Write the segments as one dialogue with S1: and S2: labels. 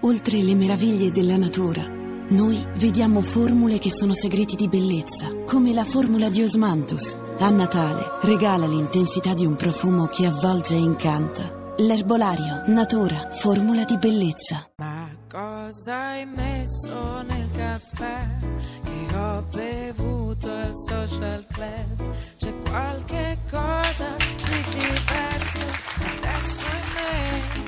S1: Oltre le meraviglie della natura, noi vediamo formule che sono segreti di bellezza, come la formula di Osmanthus. A Natale regala l'intensità di un profumo che avvolge e incanta. L'erbolario, natura, formula di bellezza.
S2: Ma cosa hai messo nel caffè che ho bevuto al social club? C'è qualche cosa di diverso adesso in me.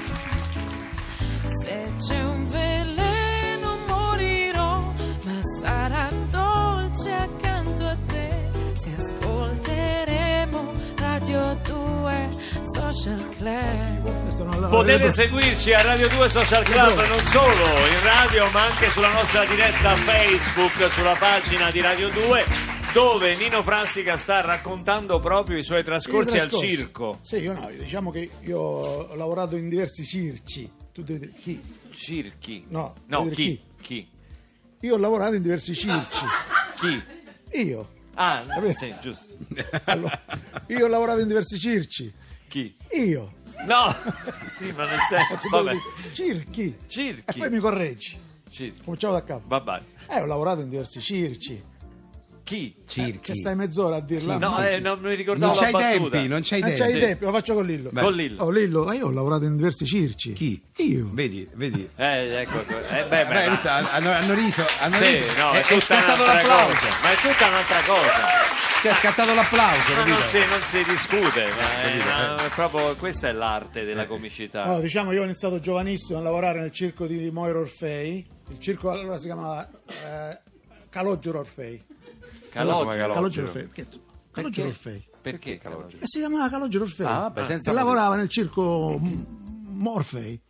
S2: Se c'è un veleno morirò, ma sarà dolce accanto a te. Se ascolteremo Radio 2 Social Club.
S3: Potete seguirci a Radio 2 Social Club non solo in radio ma anche sulla nostra diretta Facebook sulla pagina di Radio 2 dove Nino Frassica sta raccontando proprio i suoi trascorsi,
S4: trascorso.
S3: al circo.
S4: Sì, io no, diciamo che io ho lavorato in diversi circi. Tu devi dire chi?
S3: Circhi.
S4: No,
S3: no
S4: vuol dire
S3: chi? Chi?
S4: Io ho lavorato in diversi circi.
S3: Chi?
S4: Io.
S3: Ah,
S4: Vabbè.
S3: sì, giusto.
S4: Allora, io ho lavorato in diversi circi.
S3: Chi?
S4: Io.
S3: No! Sì, ma nel senso,
S4: Ci
S3: vabbè.
S4: devo dire, Circhi. E
S3: Circhi.
S4: poi mi correggi.
S3: Circhi.
S4: Cominciamo da capo.
S3: Vabbè.
S4: Eh, ho lavorato in diversi circi.
S3: Chi?
S4: Ci
S5: Circhi.
S4: stai mezz'ora a dirla.
S3: Cioè, No,
S4: Ammazza.
S3: eh, non mi
S5: Non
S3: ricordavo la
S5: c'hai
S3: battuta.
S5: tempi, non c'hai
S4: non
S5: tempi.
S4: c'hai
S3: sì.
S4: tempi, lo faccio con Lillo.
S3: Con Lillo.
S4: Oh, Lillo, ma io ho lavorato in diversi circi.
S5: Chi?
S4: Io.
S5: Vedi, vedi.
S3: Eh, ecco, ecco. Eh, beh, beh,
S5: Beh, hai
S3: ma-
S5: visto, hanno, hanno riso, hanno
S3: Sì,
S5: riso.
S3: no,
S5: è,
S3: è,
S5: è
S3: tutta
S5: scattato
S3: un'altra
S5: eh, l'applauso.
S3: cosa. Ma è tutta un'altra cosa.
S5: Cioè, è scattato l'applauso.
S3: Ma non
S5: capito?
S3: si, non si discute, ma è una- è proprio questa è l'arte
S4: Eh.
S3: della comicità.
S4: No, diciamo, io ho iniziato giovanissimo a lavorare nel circo di Moiro Orfei. Il circo allora si chiamava eh, Calogero Orfei.
S3: Calogero.
S4: Calogero Orfei. Perché? Calogero Orfei.
S3: Perché Calogero?
S4: E si chiamava Calogero Orfei.
S6: Ah, vabbè, senza
S4: E lavorava nel circo m- Morfei.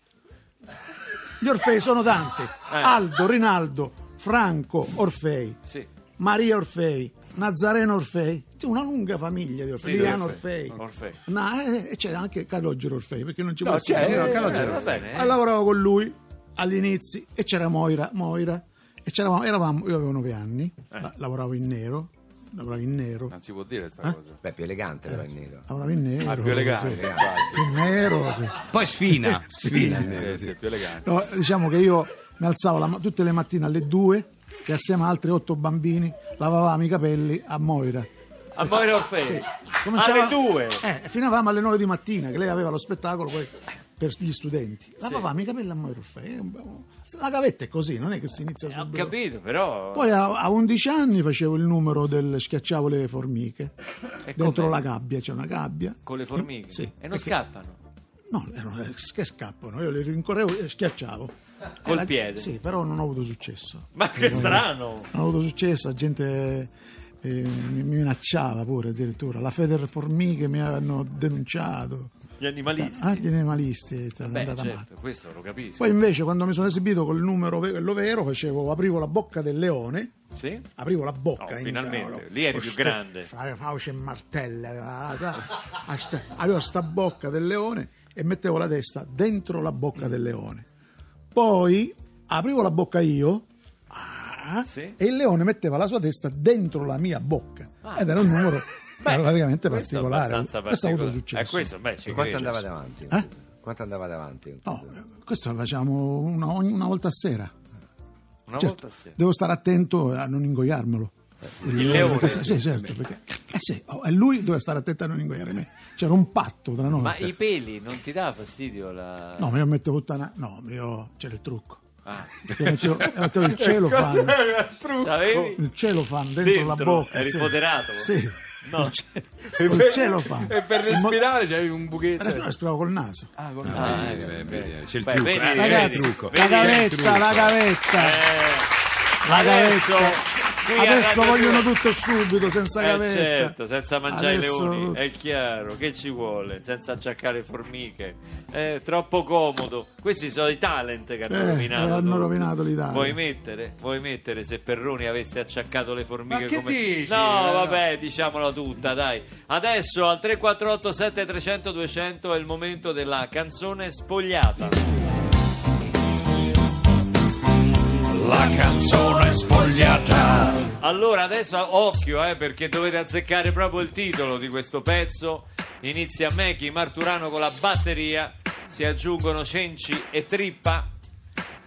S4: Gli Orfei sono tanti. Aldo, Rinaldo, Franco Orfei,
S3: Sì.
S4: Maria Orfei, Nazareno Orfei. C'è una lunga famiglia di Orfei.
S3: Sì,
S4: Liano
S3: Orfei.
S4: Orfei.
S3: Orfei.
S4: No, eh, e c'è anche Calogero Orfei, perché non ci
S5: No,
S4: può
S5: c'è,
S4: essere-
S5: eh,
S3: Eh,
S5: Calogero.
S3: va bene.
S4: eh. lavoravo con lui all'inizio e c'era Moira, Moira e c'eravamo, eravamo, io avevo nove anni, la- lavoravo in nero, lavoravo in nero,
S6: Non si può dire sta cosa.
S5: Beh, più elegante però il nero.
S4: lavoravo in nero.
S6: Ah, più elegante,
S4: sì.
S6: infatti.
S4: In nero, sì.
S5: Poi sfina, sfina il nero.
S6: Sì, sì, è più elegante.
S4: No, diciamo che io mi alzavo la ma- tutte le mattine alle due e assieme a altri otto bambini lavavamo i capelli a Moira.
S3: A Moira Orfei.
S4: Cominciava-
S3: Alle due.
S4: Eh, finavamo alle 9 di mattina, che lei aveva lo spettacolo poi per gli studenti. Lavavamo i capelli a Moira Orfei. eh, un po'. La gavetta è così, non è che si inizia
S3: Ho
S4: subito.
S3: capito, però.
S4: Poi a, a 11 anni facevo il numero del schiacciavo le formiche. Dentro
S3: com'è?
S4: la gabbia c'è una gabbia.
S3: Con le formiche.
S4: Sì,
S3: e non
S4: perché-
S3: scappano.
S4: No, erano- eh, che scappano, io le rincorrevo e schiacciavo.
S3: Col
S4: Eh, la-
S3: piede?
S4: Sì, però non ho avuto successo.
S3: Ma che strano.
S4: Non ho avuto successo, la gente eh, mi mi minacciava pure addirittura. La Feder Formiche mi hanno denunciato.
S3: Gli animalisti.
S4: Anche gli animalisti è stata
S3: Beh,
S4: andata male.
S3: certo, questo lo capisco.
S4: Poi invece quando mi sono esibito col numero ve- quello vero, facevo, aprivo la bocca del leone
S3: Sì?
S4: aprivo la bocca
S3: Oh,
S4: in
S3: finalmente,
S4: tavolo.
S3: lì eri più
S4: Questo-
S3: grande.
S4: fra- fauce e martella aveva la- la- la- avevo sta bocca del leone e mettevo la testa dentro la bocca del leone poi aprivo la bocca io ah,
S3: Sì.
S4: e il leone metteva la sua testa dentro la mia bocca ed era un numero
S3: Ah. Beh,
S4: praticamente
S3: questo è
S4: particolare
S3: abbastanza
S4: questo ha avuto successo
S3: particolare. Eh, questo, beh, ci
S5: Quanto
S3: credo.
S5: andava davanti?
S4: Eh?
S5: Quanto andava davanti?
S4: No, questo lo facciamo una, ogni- una volta a sera
S3: Una
S4: Certo,
S3: volta sì. Eh,
S4: devo stare attento a non ingoiarmelo.
S3: Il leone.
S4: Perché- sì, certo, perché- eh sì, oh, e lui doveva stare attento a non ingoiare me. C'era un patto tra noi.
S3: Ma i peli non ti dà fastidio la...
S4: No, ma io mettevo tutta una... No, io... c'era il trucco.
S3: Ah.
S4: Io mettevo, io mettevo il celofan,
S3: Sapevi?
S4: il celofan dentro,
S3: Dentro,
S4: la bocca.
S3: eri
S4: sì.
S3: foderato.
S4: Sì.
S3: No.
S4: Il, ce- il celofan.
S6: E per
S4: Il mo-
S6: respirare c'avevi un buchetto.
S4: Respiravo respiravo col naso.
S6: Ah, con
S3: Ah,
S6: eh,
S3: ecco,
S5: Beh,
S3: ok.
S5: vedi, c'è il
S3: Beh,
S5: trucco.
S3: vedi,
S5: Eh,
S3: vedi,
S5: c'è il
S4: Ragazzi,
S5: trucco.
S4: la
S3: vedi, c'è il
S4: gavetta, la
S3: trucco.
S4: gavetta.
S3: Eh,
S4: la
S3: adesso,
S4: gavetta.
S3: qui a
S4: Adesso
S3: Radio
S4: vogliono
S3: Due-
S4: tutto subito, senza
S3: eh,
S4: gavetta.
S3: certo, senza mangiare i
S4: Adesso
S3: leoni, Eh,
S4: tutto.
S3: è chiaro, che ci vuole, senza acciaccare formiche, è troppo comodo. Questi sono i talent che hanno
S4: Eh,
S3: rovinato.
S4: hanno
S3: tutto.
S4: rovinato l'Italia.
S3: Vuoi mettere, vuoi mettere se Perroni avesse acciaccato le formiche
S6: Ma che
S3: come...
S6: dici? Eh,
S3: No, vabbè, diciamola tutta, dai. Adesso al 348 7300 200 è il momento della canzone spogliata.
S7: La canzone spogliata.
S3: Allora, adesso occhio, eh, perché dovete azzeccare proprio il titolo di questo pezzo. Inizia Mechi Marturano con la batteria, si aggiungono Cenci e Trippa.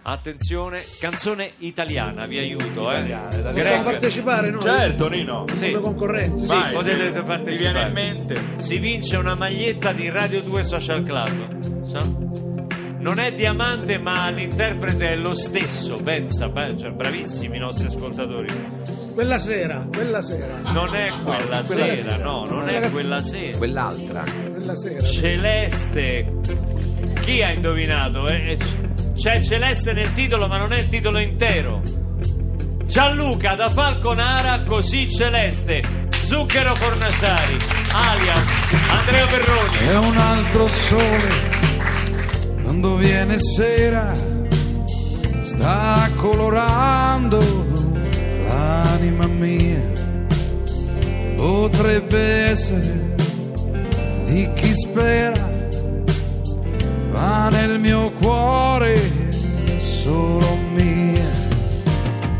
S3: Attenzione, canzone italiana, vi aiuto. Eh.
S6: Italiana, italiana.
S4: Possiamo
S3: Greg,
S4: partecipare noi?
S7: Certo, Nino.
S4: Come
S3: sì,
S4: concorrenti.
S3: sì,
S7: Vai,
S3: potete
S7: sì.
S3: partecipare.
S7: Ti viene in mente?
S3: Si vince una maglietta di Radio 2 Social Club. sa? Non è diamante, ma l'interprete è lo stesso. Pensa, beh, cioè, bravissimi i nostri ascoltatori.
S4: Quella sera, quella sera,
S3: Non è quella sera, no, non è quella sera.
S5: Quell'altra.
S4: quella sera.
S3: Celeste. Chi ha indovinato? Eh, eh, c- C'è Celeste nel titolo, ma non è il titolo intero. Gianluca da Falconara, così Celeste. Zucchero Fornaciari, alias Andrea Perroni.
S7: È un altro sole, quando viene sera, sta colorando l'anima mia. Potrebbe essere di chi spera, ma nel mio cuore è solo mia.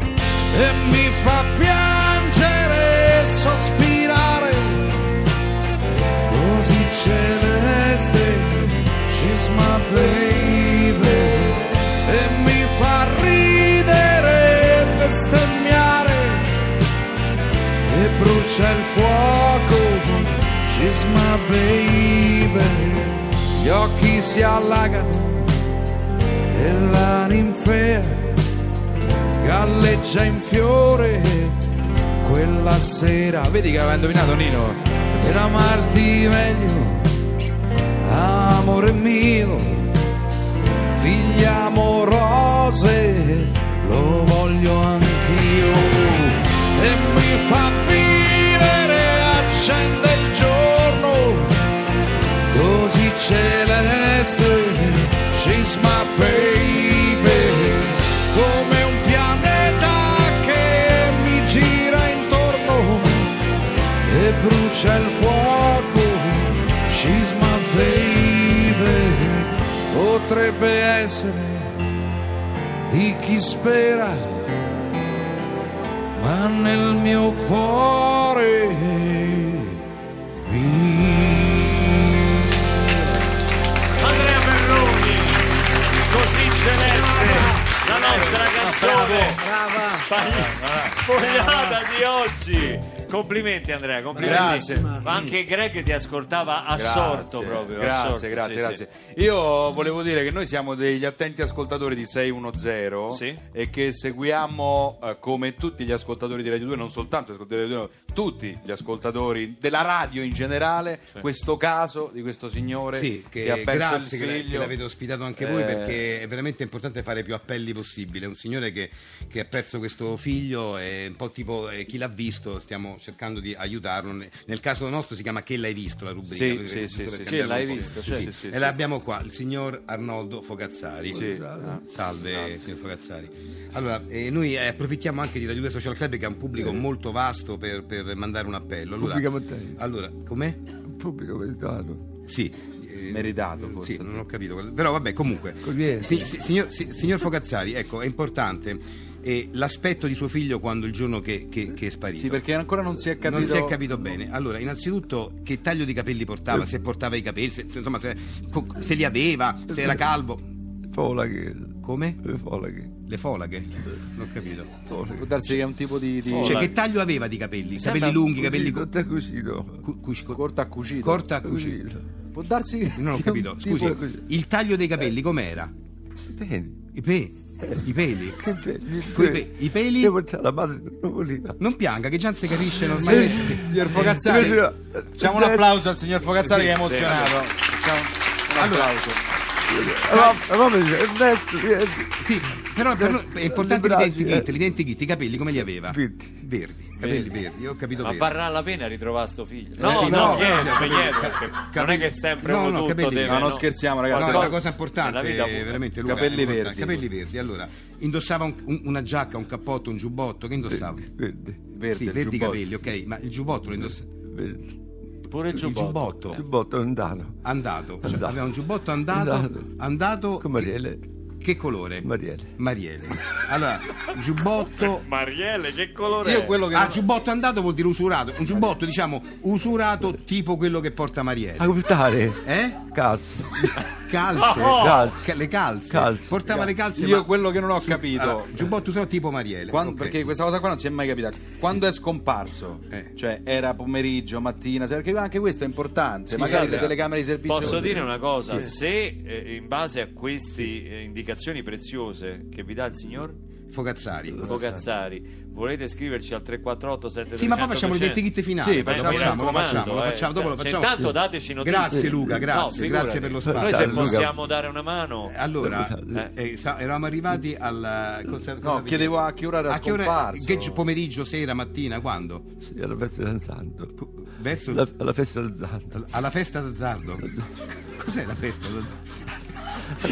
S7: E mi fa piangere, sospirare così celeste, she's my baby, e mi fa ridere, bestemmiare, e brucia il fuoco, she's my baby, gli occhi si allagano, e la ninfea galleggia in fiore quella sera. Vedi che aveva indovinato Nino. Per amarti meglio, amore mio, figlia amorose, lo voglio anch'io. E mi fa vivere, accende il giorno, così celeste, she's my baby. Come un pianeta che mi gira intorno e brucia il fuoco, she's my baby. Potrebbe essere di chi spera, ma nel mio cuore mi
S3: Andrea Perroni, così Celeste. La nostra canzone sbagli- sfogliata di oggi. Complimenti Andrea, complimenti.
S6: Grazie.
S3: Ma Anche Greg ti ascoltava assorto proprio.
S6: Grazie,
S3: assorto,
S6: grazie,
S3: sì,
S6: grazie.
S3: sì.
S6: Io volevo dire che noi siamo degli attenti ascoltatori di 610
S3: Sì.
S6: e che seguiamo eh, come tutti gli ascoltatori di Radio 2, non soltanto gli ascoltatori di Radio 2, tutti gli ascoltatori della radio in generale, questo caso di questo signore
S5: Sì, che,
S6: ha perso
S5: grazie
S6: il
S5: che, la-
S6: figlio.
S5: che l'avete ospitato anche voi
S6: Eh,
S5: perché è veramente importante fare più appelli possibile. È un signore che, che ha perso questo figlio, è un po' tipo eh, chi l'ha visto, stiamo cercando di aiutarlo. Ne- Nel caso nostro si chiama Che l'hai visto la rubrica.
S6: Sì,
S5: perché-
S6: sì,
S5: giusto
S6: sì,
S5: per
S6: sì,
S5: cambiare
S6: sì,
S5: un
S6: l'hai
S5: po'.
S6: visto, certo, sì,
S5: E
S6: sì.
S5: l'abbiamo qua, il signor Arnoldo Fogazzari.
S6: Sì.
S5: Salve signor Fogazzari. Allora, eh, noi eh, approfittiamo anche di Radio 2 Social Club che ha un
S6: Eh.
S5: pubblico molto vasto per, per mandare un appello. Allora,
S8: Pubblico montagne.
S5: allora com'è?
S8: pubblico meritato.
S5: Sì. eh,
S6: Meritato,
S5: eh,
S6: forse.
S5: Sì, non ho capito. Però vabbè, comunque.
S8: Corriere.
S5: si- si- signor, si- signor Focazzari, ecco, è importante eh, l'aspetto di suo figlio quando il giorno che, che- che è sparito.
S6: Sì, perché ancora non si è capito.
S5: Non si è capito bene. Allora, innanzitutto che taglio di capelli portava, se portava i capelli, se, se- insomma, se, co- se li aveva, se era calvo.
S8: Folaghe.
S5: Come?
S8: Le folaghe.
S5: Le folaghe? Non ho capito.
S6: Può darsi che è un tipo di, di
S5: Cioè, che taglio aveva di capelli? Capelli lunghi, capelli co-
S8: Corta così, no.
S5: cu- cusci- co-
S6: corta a cucito.
S5: corta a cucito.
S6: Può darsi che
S5: Non ho
S8: Tipo-
S5: capito.
S8: tipo
S5: Scusi,
S8: così. Eh,
S5: il taglio dei capelli com'era?
S8: Bene.
S5: I peli? I peli?
S8: Che bello.
S5: Coi pe- i peli?
S8: Devo portare la madre non voleva.
S5: Non pianga, che già si capisce normalmente.
S6: Signor Fogazzari,
S8: Sì.
S6: facciamo un applauso al signor Fogazzari che è emozionato. Facciamo un
S5: Allora,
S6: applauso.
S8: Allora, allora mi dice, Ernesto, vieni.
S5: Sì, però per noi è importante
S8: Bravi,
S5: l'identikit,
S8: eh.
S5: l'identikit, i capelli come li aveva?
S8: Verdi.
S5: Verdi, capelli verdi, io ho capito
S3: Ma
S5: verdi.
S3: varrà la pena ritrovare sto
S6: Eh,
S3: figlio? No,
S5: sì,
S3: no,
S5: no,
S3: chiedo,
S5: no, capelli-
S3: chiedo,
S5: ca-
S3: perché non è
S5: capelli-
S3: che è sempre
S5: no,
S3: un
S5: no,
S3: tutto
S5: capelli-
S3: deve,
S5: no,
S6: non scherziamo, ragazzi.
S5: No,
S6: Guarda,
S5: è una cosa importante,
S3: nella vita-
S5: eh, veramente Luca,
S6: Capelli
S5: è importante.
S6: verdi.
S5: Capelli verdi, allora, indossava un- un- una giacca, un cappotto, un giubbotto, che indossava?
S8: Verdi.
S6: Verde,
S5: sì,
S6: il
S5: verdi i
S6: giubbotto.
S5: capelli, ok, ma il giubbotto lo indossava?
S8: Verdi.
S3: Pure il giubbotto.
S8: Il botto lontano.
S5: Andato, cioè,
S8: Andato.
S5: aveva un giubbotto andato,
S8: Andato.
S5: andato,
S8: Con Marielle.
S5: che colore?
S8: Marielle.
S5: Mariele. Allora, giubbotto
S3: Marielle, che colore
S6: Io
S3: è?
S6: quello che
S5: Ah, giubbotto andato vuol dire usurato. Un giubbotto, diciamo, usurato tipo quello che porta
S8: A
S5: Marielle.
S8: gustare.
S5: Eh?
S8: Cazzo.
S5: Calze,
S3: No!
S8: Calze.
S5: Ca- le calze.
S8: Calze.
S5: Portava le calze.
S6: Ah, oh. Io
S5: ma-
S6: quello che non ho capito.
S5: Allora, giubbotto solo tipo Mariele.
S6: Quando-
S5: ok.
S6: Perché questa cosa qua non si è mai capita. Quando è scomparso,
S5: Eh.
S6: cioè era pomeriggio, mattina, sera, perché anche questo è importante.
S5: Sì,
S6: magari
S5: sì,
S6: le
S5: sì.
S6: telecamere di servizio.
S3: Posso dire una cosa? Se eh, in base a queste indicazioni preziose che vi dà il signor
S5: Fogazzari.
S3: Fogazzari volete scriverci al 348 7
S5: Sì, ma poi facciamo le dedichite finali.
S6: Sì,
S5: lo
S6: facciamo-
S5: facciamo, lo
S3: raccomando,
S5: facciamo, lo
S3: eh.
S5: facciamo, dopo lo
S3: Se
S5: facciamo.
S3: intanto dateci notizie.
S5: Grazie Luca,
S3: No,
S5: grazie,
S3: figurati.
S5: grazie per lo
S3: Noi
S5: spazio.
S3: se
S8: Dai, Luca.
S3: possiamo dare una mano.
S5: Allora,
S8: Dai,
S5: eh, sa- eravamo arrivati al... eh, cosa- cosa vi
S6: chiedevo
S5: chiedo?
S6: a che ora era
S5: A che
S6: scomparso.
S5: che gi- pomeriggio, sera, mattina, quando?
S8: Sì, alla festa del Santo.
S5: Co- Verso...
S8: La- alla festa del Santo.
S5: Alla festa d'azzardo. Cos'è la festa d'azzardo?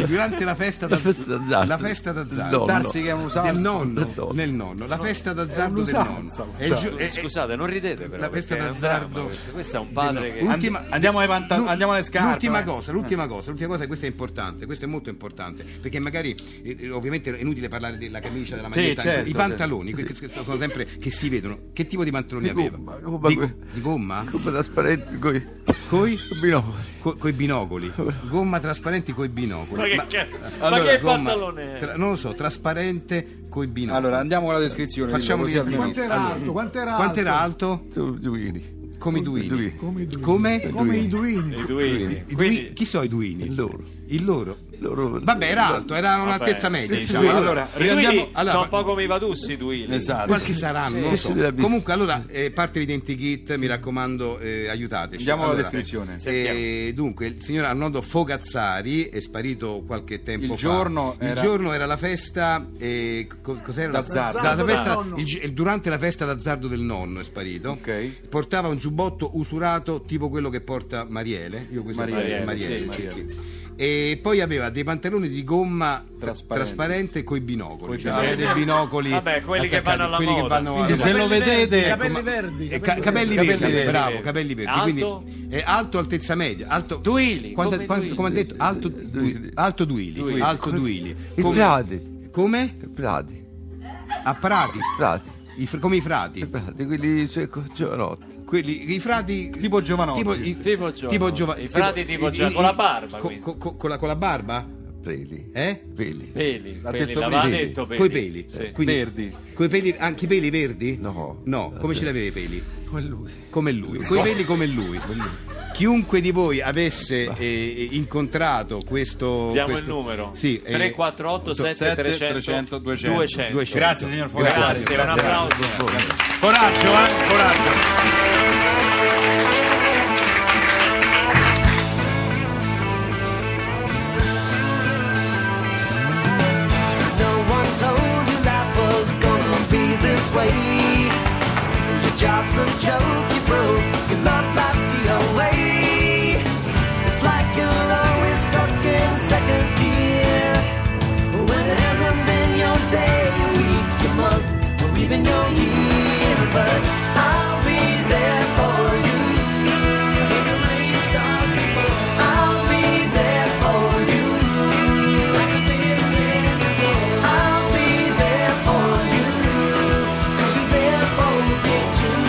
S5: Durante la festa
S8: La
S5: d'azzardo.
S8: festa d'azzardo.
S5: La festa d'azzardo.
S3: Oh,
S8: No,
S6: Darsi che è un'usanza.
S5: Del nonno,
S8: Del nonno.
S5: nel nonno, la festa d'azzardo del
S4: un'usanza.
S5: nonno. È il gio- è- è-
S3: Scusate, non ridete però.
S5: eh, la festa
S3: perché è un
S5: d'azzardo.
S3: dramma questo. Questo è un padre che...
S5: Ultima-
S6: And- andiamo ai panta-
S5: l'u-
S6: andiamo alle scarpe,
S5: L'ultima
S6: eh.
S5: cosa, l'ultima cosa, l'ultima cosa, questa è importante, questa è molto importante, perché magari eh, eh, ovviamente è inutile parlare della camicia, della
S6: Sì,
S5: maglietta,
S6: certo,
S5: i pantaloni, que- che sono sempre che si vedono. Che tipo di pantaloni
S8: Di
S5: aveva?
S8: gomma, gomma
S5: di,
S8: que-
S5: di gomma?
S8: Come trasparenti con
S5: Coi?
S8: i binocoli.
S5: Co- coi binocoli, gomma trasparenti coi binocoli.
S3: Ma che, cioè, ma
S6: Allora,
S3: che
S5: gomma
S3: pantalone è?
S5: tra- non lo so, trasparente coi binocoli.
S6: Allora, andiamo con la descrizione.
S5: Facciamo
S6: Luca, così
S5: vedere-
S6: almeno-
S4: Quanto era alto? Quanto era
S5: Quanto era
S4: alto?
S5: alto?
S8: Tu, Giuini.
S5: Come i duini.
S8: Duini.
S4: Come i duini.
S5: Come?
S4: Come i duini.
S3: I duini. Quindi-
S5: I duini- Chi sono i duini?
S8: Il loro.
S5: Il loro.
S8: Loro-
S5: Vabbè, era alto, era un'altezza
S3: Vabbè,
S5: media.
S3: sì,
S5: diciamo.
S6: sì,
S5: Allora,
S6: allora,
S3: I duini
S6: riandiamo-
S5: allora,
S3: sono un po' come i vadussi, i duini.
S6: Esatto.
S5: qualche saranno, non lo so.
S8: sì, della bis-
S5: Comunque, allora, eh, parte l'identikit, mi raccomando, eh, aiutateci.
S6: Andiamo alla
S5: Allora,
S6: descrizione.
S5: eh, dunque, il signor Arnoldo Fogazzari è sparito qualche tempo
S6: Il
S5: fa.
S6: giorno
S5: il
S6: era-
S5: giorno era la festa. eh, co- cos'era? la-
S6: D'azzardo.
S5: la- la festa-
S4: D'azzardo del nonno.
S5: il gi- il- durante la festa d'azzardo del nonno è sparito.
S6: Ok.
S5: Portava un giubbotto usurato tipo quello che porta Mariele. Io questo
S6: Mariele,
S5: Mariele,
S6: sì,
S5: sì, sì. E poi aveva dei pantaloni di gomma tra-
S6: Trasparenti.
S5: trasparente coi binocoli.
S6: Coi
S5: Cioè, aveva
S6: binocoli.
S5: dei binocoli.
S3: Vabbè, quelli che
S5: attaccati,
S3: vanno alla
S5: quelli che
S3: moda.
S5: vanno
S6: Quindi
S5: alla
S6: se
S5: moda.
S6: lo vedete,
S4: capelli
S5: ma-
S4: verdi, capelli
S5: E ca- capelli,
S6: verdi.
S5: verdi,
S6: Capelli
S5: bravo,
S3: verdi.
S5: capelli verdi.
S3: Alto?
S5: Quindi è alto, altezza media. Alto,
S3: Duili,
S5: Quanto-
S3: come
S5: quanto-
S3: Duili.
S5: come ha detto? Alto, du- alto Duili.
S3: Duili.
S5: Alto Duili.
S8: I frati.
S5: come?
S8: I frati.
S5: A Prati.
S8: Frati.
S5: I fr- come i
S8: I
S5: frati.
S8: frati. Quelli, cioè, con giovanotti.
S5: Quelli, I frati.
S6: Tipo Giovanotti.
S5: i-
S3: Tipo Giovanotti.
S5: Giova-
S3: I frati tipo
S5: i-
S3: Giova-
S5: i-
S3: con la barba,
S5: co-
S3: quindi.
S5: co- co- con, la, con la barba?
S8: Peli.
S5: Eh?
S8: Peli.
S3: Peli,
S6: L'ha
S3: peli,
S6: detto
S3: l'aveva
S6: lui.
S3: detto peli.
S5: Coi peli.
S3: Sì.
S5: Quindi-
S6: Verdi.
S5: Coi peli, anche i peli verdi?
S8: No.
S5: No, come ce li aveva i peli?
S8: Come lui.
S5: come lui, coi peli come lui. Chiunque di voi avesse eh, incontrato questo.
S3: Diamo
S5: questo-
S3: il numero.
S5: Sì, eh,
S3: 348 7300
S6: 300,
S3: 200.
S5: 200.
S6: Grazie signor Forestieri.
S3: Grazie, un applauso.
S6: Coraggio, eh, coraggio.
S9: No one told you life was gonna be this way. Your job's a joke, you broke, your love life's the away. It's like you're always stuck in second gear. When it hasn't been your day, your week, your month, or even your year. But I'll be there for you. When the rain starts to fall, I'll be there for you. Like a big I'll be there for you, 'cause you're there for me too.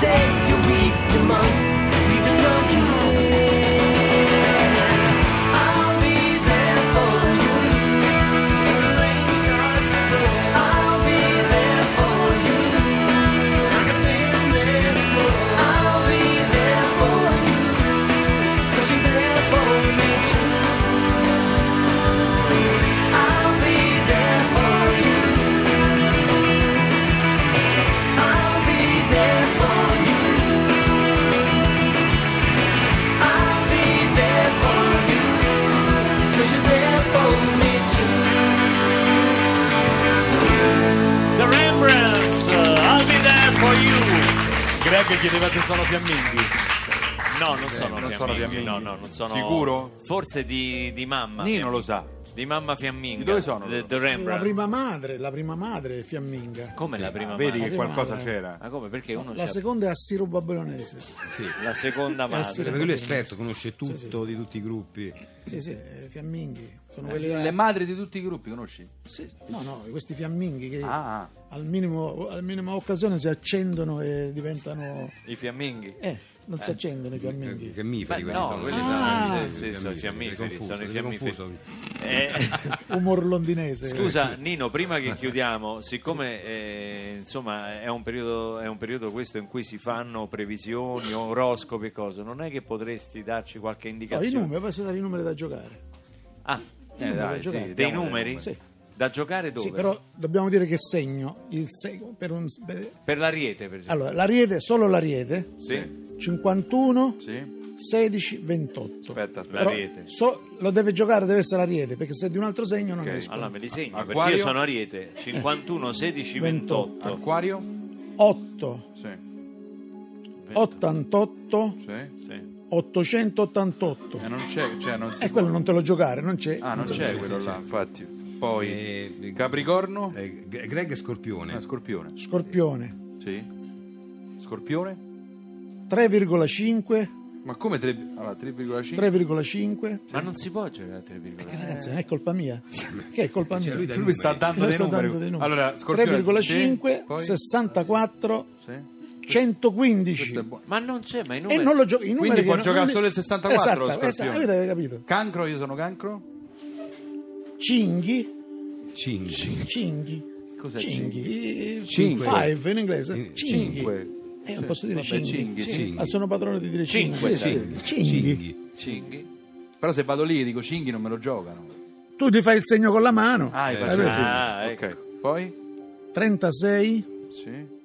S9: day, your week, your month, even your year. I'll be there for you. When the rain starts to pour, I'll be there for you. Like I've been there before, I'll be there for you. 'Cause you're there for me too. I'll be there for you. I'll be there for you. I'll be there for you. 'Cause you're there for me too.
S3: The Rembrandts, uh, I'll be there for you. Greg chiedeva se sono fiamminghi. No, non sono,
S6: Eh, non
S3: fiamminghi.
S6: sono fiamminghi.
S3: No, no, non sono.
S6: Sicuro?
S3: Forse di, di mamma.
S6: Nino lo
S3: fiamminga.
S6: sa.
S3: Di mamma fiamminga.
S6: Dove sono
S3: The,
S6: loro?
S3: the Rembrandts.
S4: La prima madre, la prima madre è fiamminga.
S3: Come la prima Eh.
S6: Vedi
S3: madre?
S6: che qualcosa
S4: madre.
S6: c'era.
S3: Ma come? Perché uno
S4: La
S3: c'ha-
S4: seconda è Assiro Babilonese.
S3: la seconda
S4: sì,
S3: madre.
S5: Perché lui è esperto, conosce tutto
S4: sì,
S5: di tutti i gruppi.
S4: Sì, sì, eh, fiamminghi. Sono quelli là-
S6: Eh, Le madri di tutti i gruppi conosci?
S4: sì, no, no, questi fiamminghi che
S6: Ah.
S4: al minimo, alla minima occasione si accendono e diventano...
S3: I fiamminghi.
S4: Eh, non si accendono i fiamminghi.
S5: Che miferi
S3: Beh,
S5: quelli
S3: no,
S5: sono,
S3: quelli
S4: Ah.
S3: sono,
S5: eh,
S3: sì, sì,
S5: i
S3: sono i
S5: fiammiferi,
S3: fiammiferi,
S5: confuso,
S3: sono i
S5: sei
S3: fiammiferi. Eh,
S5: confuso.
S4: Umor londinese.
S3: Scusa Nino, prima che chiudiamo, siccome eh, insomma è un, periodo, è un periodo questo in cui si fanno previsioni, oroscopi e cose, non è che potresti darci qualche
S4: No, i
S3: indicazione?
S4: numeri, posso dare i numeri da giocare.
S3: Ah,
S4: I numeri da
S6: dai, sì,
S4: giocare.
S6: dai,
S3: dei
S6: Diamo
S3: numeri?
S4: Sì.
S3: Da giocare dove?
S4: Sì, però dobbiamo dire che segno il segno per un per-
S3: Per l'ariete, per esempio.
S4: Allora, l'ariete, solo l'ariete,
S3: Sì.
S4: 51
S6: Sì?
S4: 16 28.
S6: Aspetta, aspetta.
S4: Però
S3: l'ariete.
S4: so- lo deve giocare, deve essere l'ariete, perché se è di un altro segno non
S6: Ok.
S4: escono.
S3: Allora me li segno, perché
S6: Acquario?
S3: io sono ariete. 51, 16, 28.
S6: Acquario?
S4: 8
S6: Sì.
S4: 88
S6: Sì.
S3: Sì.
S4: 888.
S6: E non c'è, cioè non si
S4: E Eh, quello non te lo giocare, non c'è.
S6: Ah, non
S4: te lo
S6: c'è
S4: giochi.
S6: quello là, infatti. Poi
S5: Eh,
S6: Capricorno?
S5: Eh, G- Greg è scorpione.
S6: Ah, scorpione.
S4: Scorpione
S6: Sì. Scorpione?
S4: 3,5
S6: Ma come tre- allora, 3,5?
S4: 3,5
S3: Ma non si può giocare a 3 virgolette.
S4: Che ragazzi, non è colpa mia. Che è colpa mia?
S5: lui dai
S6: Eh. Cioè, Lui mi sta dando
S4: Io
S6: dei
S4: sto
S6: numeri.
S4: dando dei numeri.
S6: Allora, scorpione
S4: 3,5
S6: sì, poi?
S4: 64
S6: Sì. Questo è
S4: 115
S6: buono.
S3: Ma non c'è, ma i
S4: e
S3: numeri...
S4: non lo gio- i numeri
S6: Quindi
S4: che
S6: può
S4: non-
S6: giocare
S4: non-
S6: solo il 64 lo
S4: esatto, esatto,
S6: scorpione.
S4: avete capito
S6: Cancro, io sono cancro?
S4: Cinghi
S5: Cinque.
S4: Cinghi
S6: Cos'è
S4: Cinghi
S6: Cinque.
S4: Five in inglese
S5: Sì,
S4: Cinghi
S6: Cinque.
S4: Eh, non posso dire
S6: Vabbè,
S4: cinghi,
S6: cinghi,
S4: Sì.
S5: cinghi.
S4: Ah, sono padrone di dire cinghi
S3: Cinque,
S4: Sì, sì. Cinghi
S5: Cinghi.
S3: Cinghi.
S6: Però se vado lì e dico cinghi non me lo giocano.
S4: tu ti fai il segno con la mano
S6: Ah, hai
S4: Eh,
S6: ragione.
S4: sì.
S3: Ah,
S6: Ok. Ecco. Poi?
S4: 36
S6: Sì.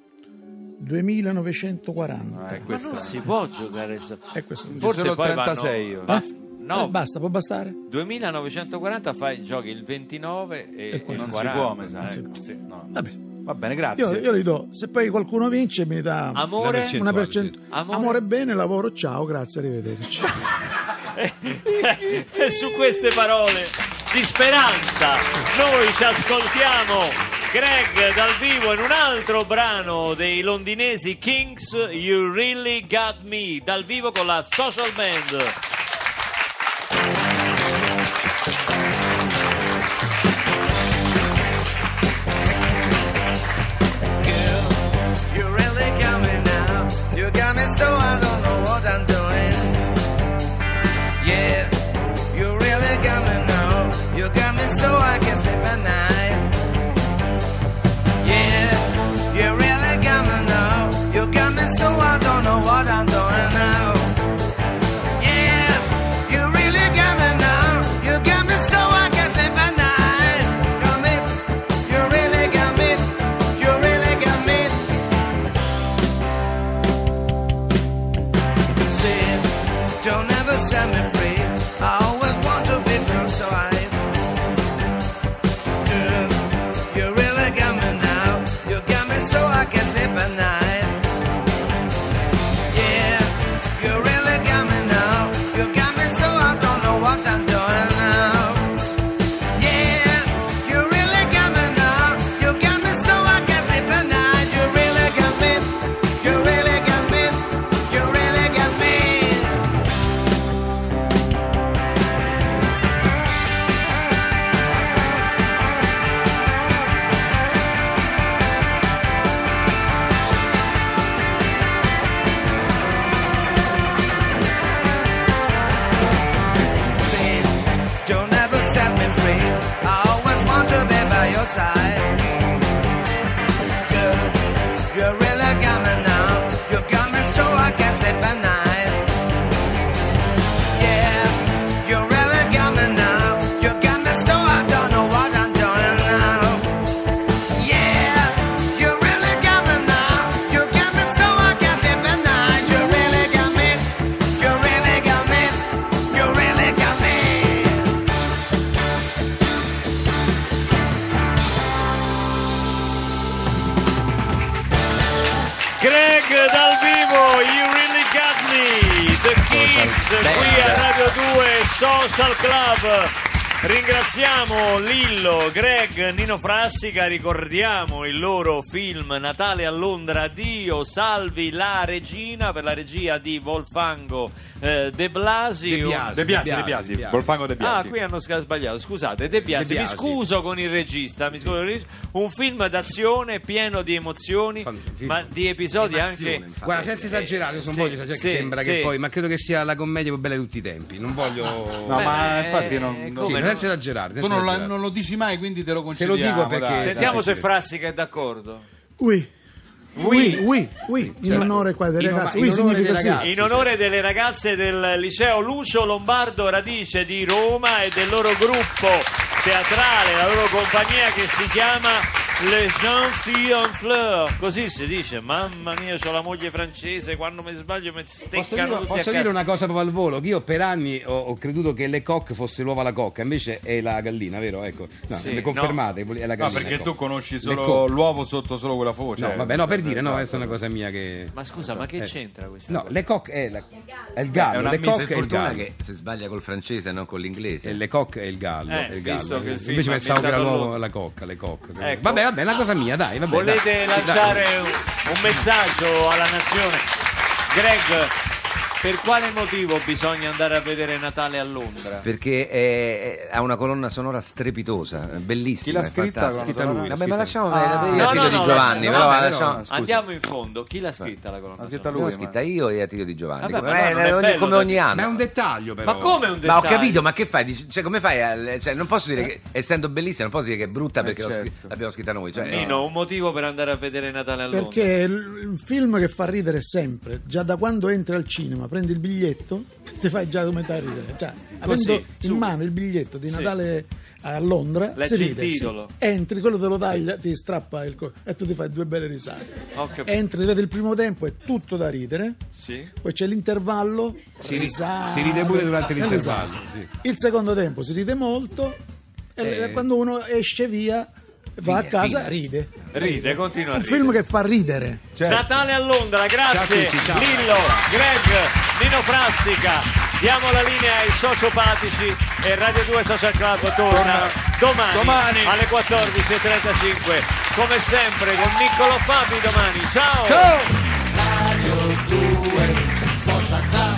S4: 2940
S6: Ah, è questa.
S3: Non si può giocare... so-
S4: è questo
S3: Forse
S6: Sono
S3: poi
S6: 36
S3: vanno...
S6: io.
S3: va-
S4: Eh? Eh,
S3: No,
S4: basta può bastare
S3: 2940 fai, giochi il 29 e, e
S6: Non
S3: 40.
S6: si può, mi sa.
S3: eh.
S6: ecco. Sì, no, non
S4: Vabbè.
S6: si- Va bene, grazie.
S4: Io, io li do, se poi qualcuno vince mi dà
S3: Amore?
S4: una percentuale.
S3: Amore?
S4: Amore. bene, lavoro, ciao, grazie, arrivederci.
S3: e su queste parole di speranza noi ci ascoltiamo Greg dal vivo in un altro brano dei londinesi Kings You Really Got Me dal vivo con la Social Band
S9: Girl, you really got me now. You got me so I don't know what I'm doing. Yeah, you really got me now. You got me so I can sleep at night. Yeah, you really got me now. You got me so I don't know what I'm doing now. Yeah, you really got me now. You got me so I can sleep at night. Got me, you really got me. You really got me. Say, don't ever set me free. I always want to be close, so I. Girl, you really got me now. You got me so I can sleep at night. Yeah, you really got me now. You got me so I don't know what I'm doing now. Yeah, you really got me now. You got me so I can sleep at night. You really got me. You really got me. You really got me. You
S3: Greg dal vivo, You Really Got Me, The Kings, qui a Radio 2 Social Club. Ringraziamo Lillo, Greg, Nino Frassica, ricordiamo il loro film Natale a Londra, Dio salvi la regina per la regia di Volfango eh, De Blasi.
S5: De Biasi.
S6: De Biasi, De Biasi, Volfango De Biasi.
S3: Ah, qui hanno sca- sbagliato. Scusate, De Biasi.
S5: De Biasi.
S3: Mi scuso con il regista. Mi scuso con il regista. Un film d'azione pieno di emozioni,
S5: Fan- film.
S3: ma di episodi anche.
S5: Guarda, senza esagerare, non
S3: Eh, sì,
S5: voglio esagerare, cioè, che
S3: sì,
S5: sembra
S3: sì.
S5: che poi, ma credo che sia la commedia più bella di tutti i tempi. Non voglio.
S6: No,
S3: Beh,
S6: ma
S3: eh,
S6: infatti non-
S5: Sì,
S3: come
S5: ma
S3: no?
S5: senza esagerare.
S6: Tu
S5: senza
S6: non, la-
S5: esagerare.
S6: non lo dici mai, quindi te lo
S5: Te lo
S6: consigliamo.
S5: dico perché-
S6: dai, dai.
S3: Sentiamo se
S5: Esatto. sì.
S3: Frassica è d'accordo.
S4: Oui.
S3: Oui.
S4: Oui, oui, oui, in onore qua dei
S5: in ono-
S4: ragazzi.
S5: in
S4: Oui
S5: onore dei
S4: significa sì.
S5: ragazzi.
S3: In onore delle ragazze del liceo Lucio Lombardo Radice di Roma e del loro gruppo teatrale, la loro compagnia che si chiama Le Jean Filles en Fleur. Così si dice, mamma mia, c'ho la moglie francese, quando mi sbaglio mi
S5: Posso
S3: steccano
S5: dire,
S3: tutti a
S5: posso
S3: casa.
S5: dire una cosa proprio al volo? Che io per anni ho, ho creduto che le cocche fosse l'uovo alla cocca, invece è la gallina, vero? Ecco, no,
S3: Sì,
S5: le confermate, è la
S6: No,
S5: gallina.
S6: perché
S5: ecco.
S6: tu conosci
S5: Le
S6: solo
S5: cocche.
S6: l'uovo cioè, sotto solo quella foce.
S5: No, vabbè, no, per dire, no, questa è una cosa mia che.
S3: Ma scusa, ma che
S5: Eh.
S3: c'entra questa
S5: No,
S3: cosa?
S5: le cocche è, la- è il
S6: È
S5: gallo,
S6: una
S5: le
S6: messa
S5: cocche è il
S10: Fortuna
S5: gallo.
S10: che si sbaglia col francese e non con l'inglese.
S5: E le cocche è il gallo,
S3: Eh,
S5: è il
S3: visto
S5: gallo.
S3: che il film
S5: Invece
S3: ha
S5: pensavo che era
S3: inventato
S5: l'uovo
S3: lui.
S5: la cocca, le cocche.
S3: Ecco.
S5: Vabbè, vabbè, è una cosa mia, dai, vabbè.
S3: Volete
S5: dai.
S3: lanciare
S5: Dai.
S3: un messaggio alla nazione? Greg, per quale motivo bisogna andare a vedere Natale a Londra?
S10: Perché è- è- ha una colonna sonora strepitosa, bellissima.
S6: Chi l'ha
S10: è
S6: scritta
S10: fantastica.
S6: con la
S5: Scritta lui,
S10: Vabbè, ma
S5: scritta-
S10: lasciamo vedere
S3: No,
S10: a
S3: no,
S10: titolo
S3: no,
S10: di Giovanni.
S3: no,
S10: però
S5: vabbè,
S10: lasciamo-
S8: Ah,
S5: no.
S10: scusa.
S3: Andiamo in fondo, chi l'ha scritta la colonna
S6: L'ha
S3: sonora?
S6: detta lui.
S10: L'ho
S6: ma-
S10: scritta io e a titolo di Giovanni.
S3: Vabbè,
S10: come,
S3: ma
S10: eh,
S3: non è
S10: ogni-
S3: bello
S10: come
S3: da
S10: ogni
S3: dire.
S10: anno.
S5: Ma è un dettaglio, però.
S3: Ma come un
S10: Ma ho
S3: dettaglio? Eh.
S10: capito, ma che fai? Dici- Cioè, come fai? a- cioè, non posso dire che, essendo bellissima, non posso dire che è brutta perché l'ho
S6: certo.
S10: scri- l'abbiamo scritta noi. Cioè,
S3: Nino, un motivo per andare a vedere Natale a Londra?
S4: Perché è l- un film che fa ridere sempre, già da quando entri al cinema, prendi il biglietto, ti fai già come a ridere. Cioè, avendo in
S3: subito.
S4: mano il biglietto di Natale a Londra,
S3: Leggi
S4: si
S3: il
S4: ride, sì.
S3: titolo.
S4: Entri, quello te lo taglia, ti strappa il co- e tu ti fai due belle risate.
S3: Ho capito.
S4: Entri, vedi il primo tempo, è tutto da ridere.
S3: Sì.
S4: Poi c'è l'intervallo,
S5: Si ri-
S4: risate,
S5: si ride pure durante
S4: eh,
S5: l'intervallo,
S4: risate. Il secondo tempo si ride molto e
S5: Eh.
S4: quando uno esce via va a casa ride.
S3: Ride, continua a
S4: Un
S3: ridere.
S4: film che fa ridere.
S3: Natale a Londra, grazie
S5: Ciao a tutti, ciao.
S3: Lillo, Greg, Nino Frassica. Diamo la linea ai sociopatici e Radio 2 Social Club torna domani,
S6: Domani.
S3: alle 14.35. Come sempre con Niccolo Fabi domani. Ciao!
S9: Radio 2 Social Club